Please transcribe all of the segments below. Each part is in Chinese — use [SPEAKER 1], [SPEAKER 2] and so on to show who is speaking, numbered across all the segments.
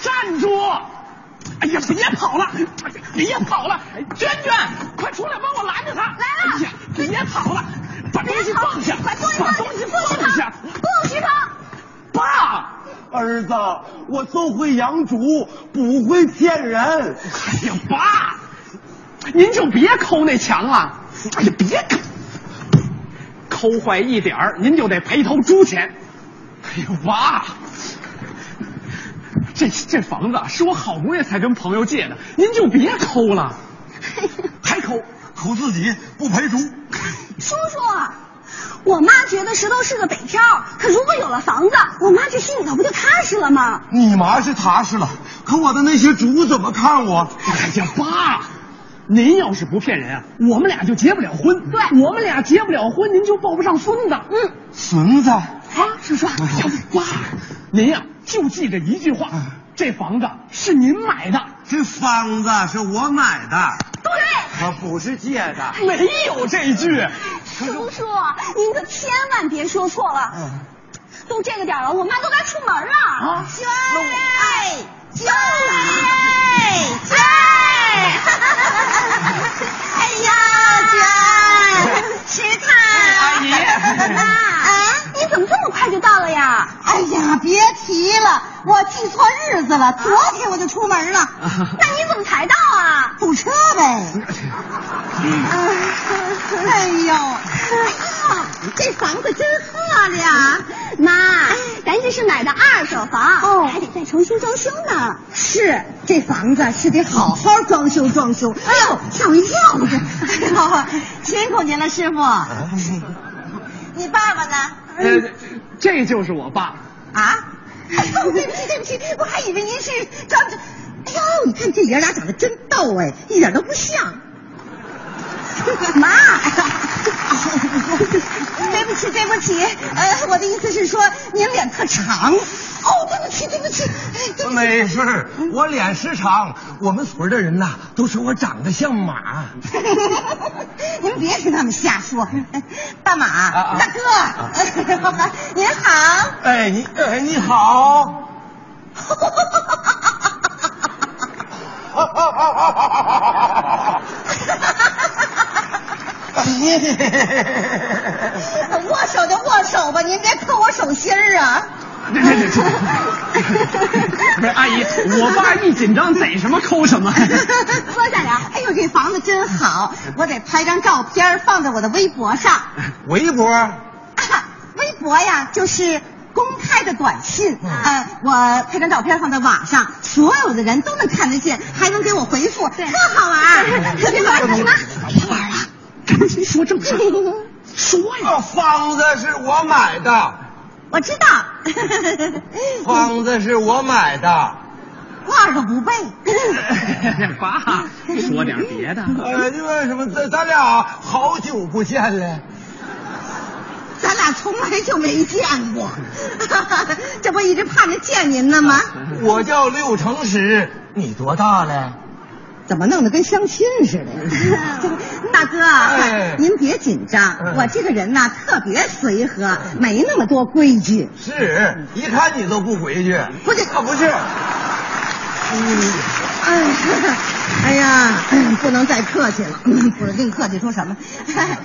[SPEAKER 1] 站住！哎呀，别跑了，别跑了！娟娟，快出来帮我拦着他！
[SPEAKER 2] 来了
[SPEAKER 1] 哎呀，别跑了，把东西放下，
[SPEAKER 2] 把东西
[SPEAKER 1] 把
[SPEAKER 2] 放下
[SPEAKER 1] 东西放下！
[SPEAKER 2] 不许跑！
[SPEAKER 1] 爸，
[SPEAKER 3] 儿子，我就会养猪，不会骗人。
[SPEAKER 1] 哎呀，爸，您就别抠那墙了。哎呀，别抠，抠坏一点儿，您就得赔头猪钱。哎呀，爸， 这这房子啊是我好不容易才跟朋友借的，您就别抠了， 还抠。
[SPEAKER 3] 抠自己不赔猪。
[SPEAKER 2] 叔叔，我妈觉得石头是个北漂，可如果有了房子，我妈这心里头不就踏实了吗？
[SPEAKER 3] 你妈是踏实了，可我的那些猪怎么看我？
[SPEAKER 1] 哎呀，爸，您要是不骗人啊，我们俩就结不了婚。
[SPEAKER 2] 对
[SPEAKER 1] 我们俩结不了婚，您就抱不上孙子。嗯，
[SPEAKER 3] 孙子，
[SPEAKER 1] 啊，叔叔，哎呀，爸， 嗯您呀、就记着一句话，这房子是您买的，
[SPEAKER 3] 这房子是我买的，
[SPEAKER 2] 对，
[SPEAKER 3] 可不是借的。
[SPEAKER 1] 没有这句。
[SPEAKER 2] 叔叔，您可千万别说错了。
[SPEAKER 3] 嗯
[SPEAKER 2] 都这个点儿了，我妈都该出门了。
[SPEAKER 1] 啊
[SPEAKER 2] 娟儿，娟儿，娟儿，哎呀，娟儿，吃它。
[SPEAKER 1] 阿姨
[SPEAKER 2] 妈，啊，你怎么这么快就到了呀？
[SPEAKER 4] 哎呀，别提了，我记错日子了，昨天我就出门了，
[SPEAKER 2] 那你怎么才到啊？
[SPEAKER 4] 堵车呗。 哎呦，
[SPEAKER 2] 这房子真漂亮，妈，咱这是买的二手房，
[SPEAKER 4] 哦
[SPEAKER 2] 还得再重新装修呢。
[SPEAKER 4] 是这房子是得好好装修装修。哎呦，吓我一跳！辛苦您了，师傅。你爸爸呢？
[SPEAKER 1] 呃，这就是我爸。
[SPEAKER 4] 啊？ 哎呦，对不起，对不起，我还以为您是张张。哎呦，你看这爷俩长得真逗哎，一点都不像。 妈， 对不起，对不起，呃，我的意思是说您脸特长。哦，对不起，对不起，对不起。
[SPEAKER 3] 没事儿，我脸时长，我们村儿的人呐、都说我长得像马。
[SPEAKER 4] 您别听他们瞎说， 大马、
[SPEAKER 3] 啊
[SPEAKER 4] 大哥， 您好。
[SPEAKER 3] 哎，你哎你好。
[SPEAKER 4] 握手就握手吧，您别抠我手心儿啊！
[SPEAKER 1] 这这这这，不是阿姨，我爸一紧张逮什么抠什么。
[SPEAKER 4] 说咱俩，哎呦，这房子真好，我得拍张照片儿放在我的微博上。
[SPEAKER 3] 微博，
[SPEAKER 4] 啊，微博呀，就是公开的短信。呃，我拍张照片放在网上，所有的人都能看得见，还能给我回复，特好玩儿。特别好玩儿，干嘛？
[SPEAKER 1] 别
[SPEAKER 4] 啊
[SPEAKER 1] 玩了，赶紧说正事儿。说呀，
[SPEAKER 3] 这房子是我买的，
[SPEAKER 4] 我知道。 嗯
[SPEAKER 3] 房子是我买的。
[SPEAKER 4] 挂个不背。
[SPEAKER 1] 爸，说点别的。
[SPEAKER 3] 呃，因为什么？咱咱俩好久不见了。
[SPEAKER 4] 咱俩从来就没见过， 这不一直盼着见您呢吗？
[SPEAKER 3] 我叫六成石，你多大了？
[SPEAKER 4] 怎么弄得跟相亲 似的？大哥啊，
[SPEAKER 3] 哎
[SPEAKER 4] 您别紧张
[SPEAKER 3] 嗯，
[SPEAKER 4] 我这个人呐、特别随和，没那么多规矩。
[SPEAKER 3] 是，一看你都不规矩。
[SPEAKER 4] 不是
[SPEAKER 3] 啊，不是。
[SPEAKER 4] 哎，哎呀，不能再客气了，不是净客气出什么？哎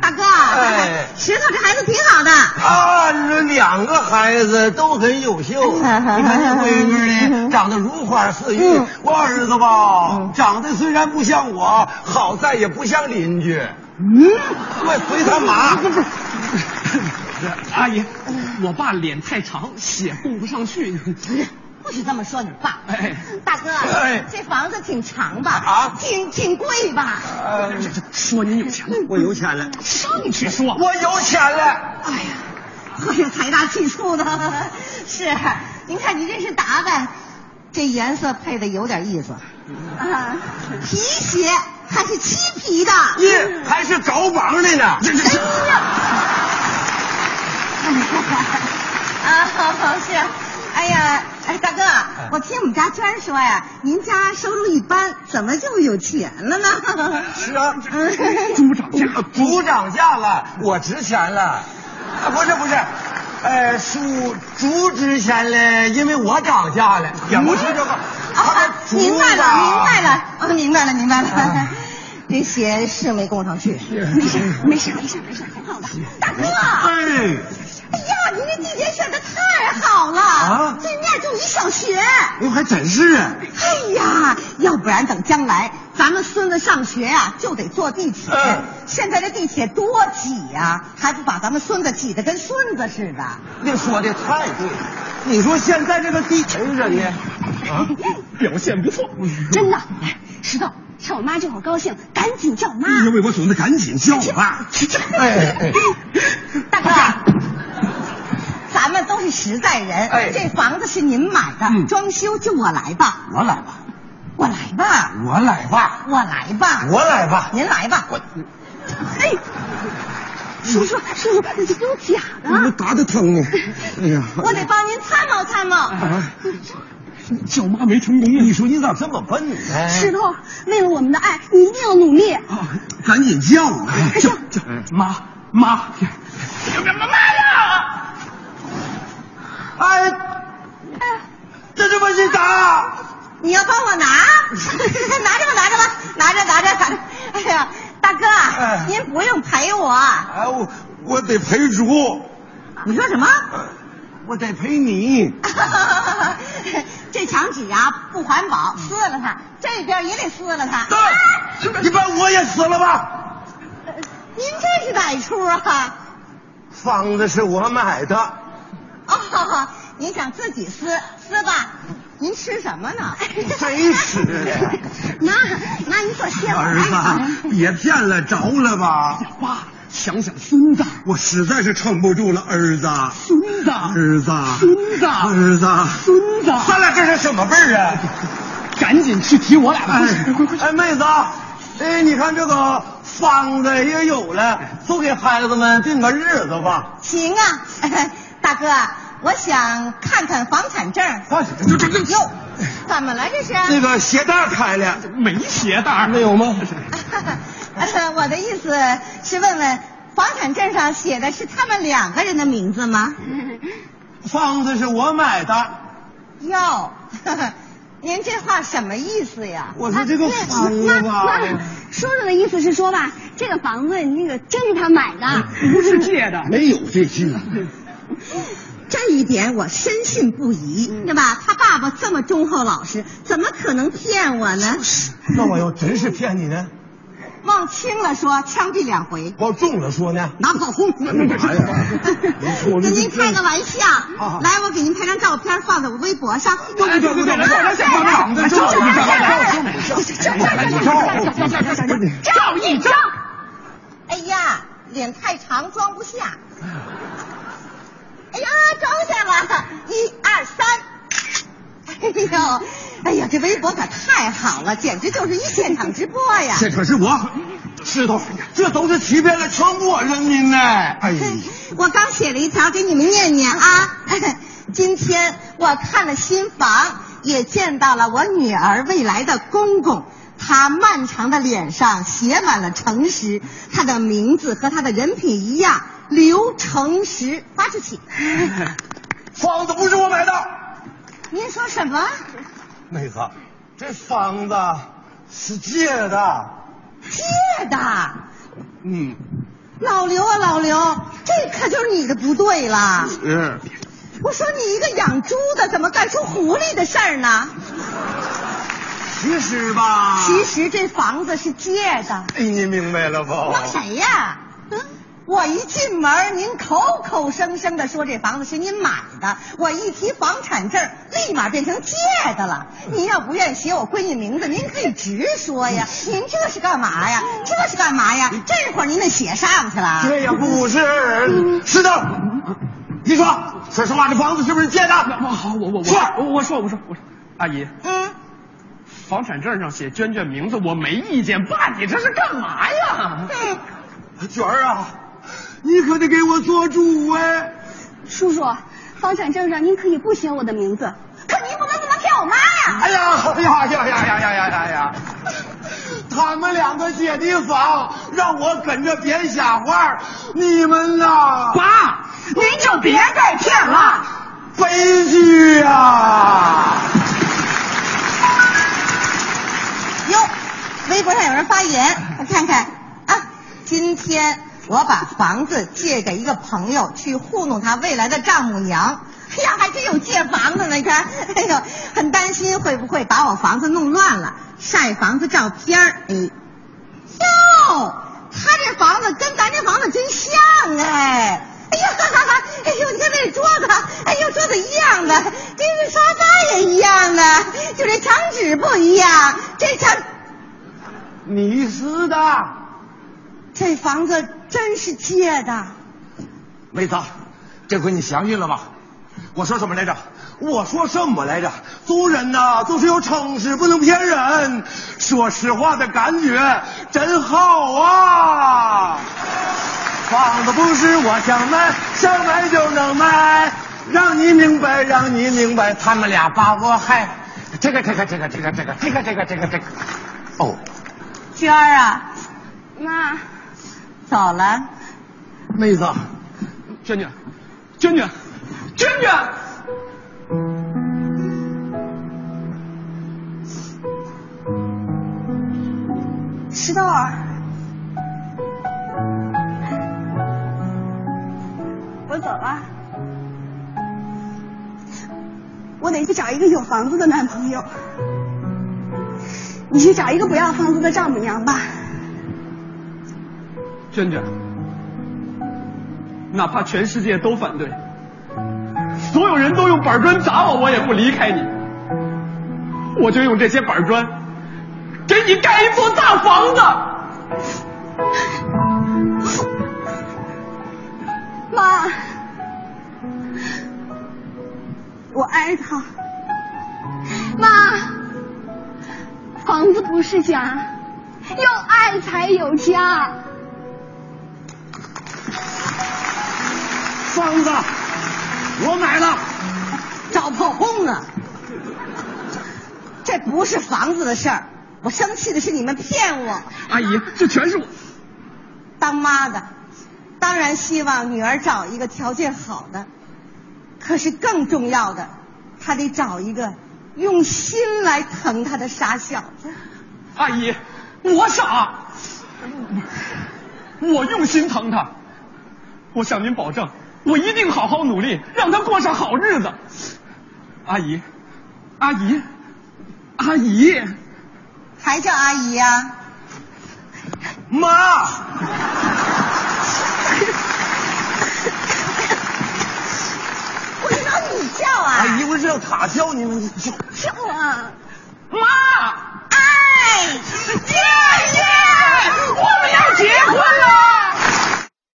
[SPEAKER 4] 大哥啊，
[SPEAKER 3] 哎
[SPEAKER 4] 石头这孩子挺好的。
[SPEAKER 3] 啊，你说两个孩子都很优秀，你看这闺女呢，长得如花似玉。我儿子吧，长得虽然不像我，好在也不像邻居。
[SPEAKER 1] 嗯，
[SPEAKER 3] 我随 他妈。
[SPEAKER 1] 阿姨，我爸脸太长，血供不上去。
[SPEAKER 4] 不许这么说你爸，
[SPEAKER 1] 哎
[SPEAKER 4] 大哥，
[SPEAKER 3] 哎
[SPEAKER 4] 这房子挺长吧？
[SPEAKER 3] 啊
[SPEAKER 4] 挺挺贵吧？
[SPEAKER 3] 呃，
[SPEAKER 1] 说您有钱了，
[SPEAKER 3] 我有钱了，
[SPEAKER 1] 上去说。
[SPEAKER 3] 我有钱了。
[SPEAKER 4] 哎呀，哎呀， 财大气粗的，是。您看你这是打扮，这颜色配的有点意思。啊，皮鞋还是漆皮的。
[SPEAKER 3] 耶，还是高帮的呢。这这这
[SPEAKER 4] 啊，是。哎呀，哎，大哥，我听我们家娟儿说呀，您家收入一般，怎么就有钱了呢？
[SPEAKER 3] 是啊，
[SPEAKER 1] 猪涨价，
[SPEAKER 3] 不涨价了，我值钱了。啊，不是不是，呃，恕竹之前嘞，因为我涨价了，也不是这个，他
[SPEAKER 4] 啊，
[SPEAKER 3] 竹
[SPEAKER 4] 明白了，
[SPEAKER 3] 吧
[SPEAKER 4] 明白了，啊，明白了，明白了。这鞋是没供上去，
[SPEAKER 2] 没事，没事，没事，没事，很好的。
[SPEAKER 4] 大哥，哎呀，
[SPEAKER 3] 哎，
[SPEAKER 4] 您这地点选的太好了，
[SPEAKER 3] 啊
[SPEAKER 4] 对面就一小学。
[SPEAKER 3] 哎呦，还真是啊。
[SPEAKER 4] 哎呀，要不然等将来咱们孙子上学啊，就得坐地铁。
[SPEAKER 3] 嗯
[SPEAKER 4] 现在这地铁多挤呀、还不把咱们孙子挤得跟孙子似的。
[SPEAKER 3] 那说的太对了，哎你说现在这个地球人呢？啊，
[SPEAKER 4] 哎
[SPEAKER 1] 表现不错。
[SPEAKER 2] 真的，哎石头，趁我妈这会儿高兴，赶紧叫妈。
[SPEAKER 3] 为我总得赶紧叫我爸。哎啊哎，
[SPEAKER 4] 大哥，咱们都是实在人，
[SPEAKER 3] 哎
[SPEAKER 4] 这房子是您买的，
[SPEAKER 3] 嗯
[SPEAKER 4] 装修就我来吧，
[SPEAKER 3] 我来吧，
[SPEAKER 4] 我来吧，
[SPEAKER 3] 我来吧，
[SPEAKER 4] 我来吧，
[SPEAKER 3] 我来吧。
[SPEAKER 4] 您来吧，
[SPEAKER 3] 我
[SPEAKER 2] 哎，叔叔，叔叔，你这给我假
[SPEAKER 3] 我
[SPEAKER 2] 的。
[SPEAKER 3] 打的疼呢。哎呀，
[SPEAKER 4] 我得帮您参谋参谋。
[SPEAKER 3] 啊
[SPEAKER 1] 叫妈没成功啊！
[SPEAKER 3] 你说你咋这么笨呢？
[SPEAKER 2] 石头，为了我们的爱，你一定要努力。
[SPEAKER 3] 啊，赶紧叫我，叫叫
[SPEAKER 1] 妈妈，
[SPEAKER 3] 哎，这这不是咋？
[SPEAKER 4] 你要帮我拿，拿着吧，拿着吧，拿着，拿着，拿着。哎呀，大哥，啊
[SPEAKER 3] 哎
[SPEAKER 4] 您不用陪我。
[SPEAKER 3] 哎，我我得陪猪，
[SPEAKER 4] 你说什么？
[SPEAKER 3] 我得陪你。
[SPEAKER 4] 这墙纸啊不环保，撕了它，这边也得撕了它。
[SPEAKER 3] 对，你把我也死了吧！
[SPEAKER 4] 您这是哪出啊？
[SPEAKER 3] 房子是我买的，
[SPEAKER 4] 哦， 您想自己撕撕吧？您吃什么 呢？
[SPEAKER 3] 谁吃 的？
[SPEAKER 4] 妈，妈，你可歇会儿。
[SPEAKER 3] 儿子，别骗了，着了吧！
[SPEAKER 1] 爸，想想孙子，
[SPEAKER 3] 我实在是撑不住了，儿子，
[SPEAKER 1] 孙子，
[SPEAKER 3] 儿子，
[SPEAKER 1] 孙子
[SPEAKER 3] 儿子，
[SPEAKER 1] 孙子，
[SPEAKER 3] 咱俩这是什么辈儿啊？
[SPEAKER 1] 赶紧去提我俩吧！快快快！
[SPEAKER 3] 哎，妹子，哎，你看这个房子也有了，都给孩子们定个日子吧。
[SPEAKER 4] 行啊， 大哥，我想看看房产证。
[SPEAKER 3] 哎，这这这
[SPEAKER 4] 哟，怎么了这是？
[SPEAKER 3] 那个鞋带开了，
[SPEAKER 1] 没鞋带儿
[SPEAKER 3] 没有 吗？
[SPEAKER 4] 呃我的意思是问问，房产证上写的是他们两个人的名字吗？
[SPEAKER 3] 房子是我买的，
[SPEAKER 4] 哟，您这话什么意思呀？
[SPEAKER 3] 我说这个房
[SPEAKER 2] 妈
[SPEAKER 3] 子吧
[SPEAKER 2] 妈，，叔叔的意思是说吧，这个房子那个真是他买的，
[SPEAKER 1] 不是借的，
[SPEAKER 3] 没有这啊句。
[SPEAKER 4] 这一点我深信不疑，对吧？他爸爸这么忠厚老实，怎么可能骗我呢？
[SPEAKER 3] 那我要真是骗你呢？
[SPEAKER 4] 往轻了说，枪毙两回，
[SPEAKER 3] 我中了说呢？
[SPEAKER 4] 拿跑轰。
[SPEAKER 3] 啥呀？
[SPEAKER 4] 跟您开个玩笑
[SPEAKER 3] 啊，
[SPEAKER 4] 来，我给您拍张照片放在我微博上。
[SPEAKER 3] 不对不对不对，我想长得照一照，
[SPEAKER 2] 照一张。
[SPEAKER 4] 哎呀，脸太长装不下。哎呀，装下了，一二三。哎呦，哎呀，这微博可太好了，简直就是一现场直播呀！
[SPEAKER 3] 这可是我石头，这都是欺骗了全国人民呢！哎呀，
[SPEAKER 4] 我刚写了一条给你们念念啊。 今天我看了新房，也见到了我女儿未来的公公。他漫长的脸上写满了诚实，他的名字和他的人品一样，刘诚实。发出去！
[SPEAKER 3] 房子不是我买的，
[SPEAKER 4] 您说什么？
[SPEAKER 3] 妹子，这房子是借的。
[SPEAKER 4] 借的？
[SPEAKER 3] 嗯，
[SPEAKER 4] 老刘啊，老刘，这可就是你的不对了。
[SPEAKER 3] 是。
[SPEAKER 4] 我说你一个养猪的，怎么干出狐狸的事儿呢？
[SPEAKER 3] 其实吧，
[SPEAKER 2] 啊
[SPEAKER 4] 其实这房子是借的。
[SPEAKER 3] 哎，你明白了不？
[SPEAKER 4] 那谁呀？
[SPEAKER 2] 哦
[SPEAKER 4] 嗯，我一进门，您口口声声的说这房子是您买的，我一提房产证，立马变成借的了。
[SPEAKER 2] 嗯
[SPEAKER 4] 您要不愿意写我闺女名字，您可以直说呀。
[SPEAKER 2] 嗯
[SPEAKER 4] 您这是干嘛呀？这是干嘛呀？这会儿您的血上去了。
[SPEAKER 3] 这也不是，石头，你说，说实话，这房子是不是借
[SPEAKER 1] 那
[SPEAKER 3] 的？
[SPEAKER 1] 好，我我我
[SPEAKER 3] 说
[SPEAKER 1] 我我说我说我说，阿姨，
[SPEAKER 4] 嗯，
[SPEAKER 1] 房产证上写娟娟名字，我没意见。爸，你这是干嘛呀？
[SPEAKER 4] 嗯，
[SPEAKER 3] 娟儿啊，你可得给我做主哎！
[SPEAKER 2] 叔叔，房产证上您可以不写我的名字，
[SPEAKER 4] 可您不能这么骗我妈呀！
[SPEAKER 3] 哎呀哎呀哎呀呀呀呀呀呀呀！他们两个姐弟房，让我跟着编瞎话儿，你们呐，
[SPEAKER 1] 爸，
[SPEAKER 2] 您就别再骗了。
[SPEAKER 3] 悲剧啊！
[SPEAKER 4] 哟，微博上有人发言，我看看啊，今天我把房子借给一个朋友去糊弄他未来的丈母娘。哎呀，还真有借房子呢！你看，哎呦，很担心会不会把我房子弄乱了，晒房子照片儿。哎，哟，他这房子跟咱这房子真像哎！哎呀，哈哈哈！哎呦，你看这桌子，哎呦，桌子一样啊的，这个沙发也一样的，啊就这墙纸不一样，这墙
[SPEAKER 3] 你是的，
[SPEAKER 4] 这房子真是借的。
[SPEAKER 3] 妹子，这回你相信了吧？我说什么来着？我说什么来着？做人呐、做事要诚实，不能骗人。说实话的感觉真好啊！房子不是我想卖，想卖就能卖，让你明白，让你明白，他们俩把我害。这个，这个，这个，这个，这个，这个，这个，这个，这个。哦，
[SPEAKER 4] 娟儿啊，
[SPEAKER 2] 妈，
[SPEAKER 4] 走了。
[SPEAKER 3] 妹子，
[SPEAKER 1] 娟娟，娟娟，娟娟，
[SPEAKER 2] 石头儿，我走了。我得去找一个有房子的男朋友。你去找一个不要房子的丈母娘吧。
[SPEAKER 1] 娟娟，哪怕全世界都反对，所有人都用板砖砸我，我也不离开你。我就用这些板砖，给你盖一座大房子。
[SPEAKER 2] 妈，我爱他。妈，房子不是家，有爱才有家。
[SPEAKER 3] 房子我买了，
[SPEAKER 4] 找破哄呢。这不是房子的事儿，我生气的是你们骗我。
[SPEAKER 1] 阿姨，这全是我。
[SPEAKER 4] 当妈的，当然希望女儿找一个条件好的，可是更重要的，她得找一个用心来疼她的傻小子。
[SPEAKER 1] 阿姨，我傻，我用心疼他，我向您保证，我一定好好努力，让他过上好日子。阿姨，阿姨，阿姨，
[SPEAKER 4] 还叫阿姨呀、
[SPEAKER 3] 妈，
[SPEAKER 4] 不知道你叫啊？啊
[SPEAKER 3] 哎阿姨，我是让他叫你们叫。
[SPEAKER 2] 是我。
[SPEAKER 4] 哎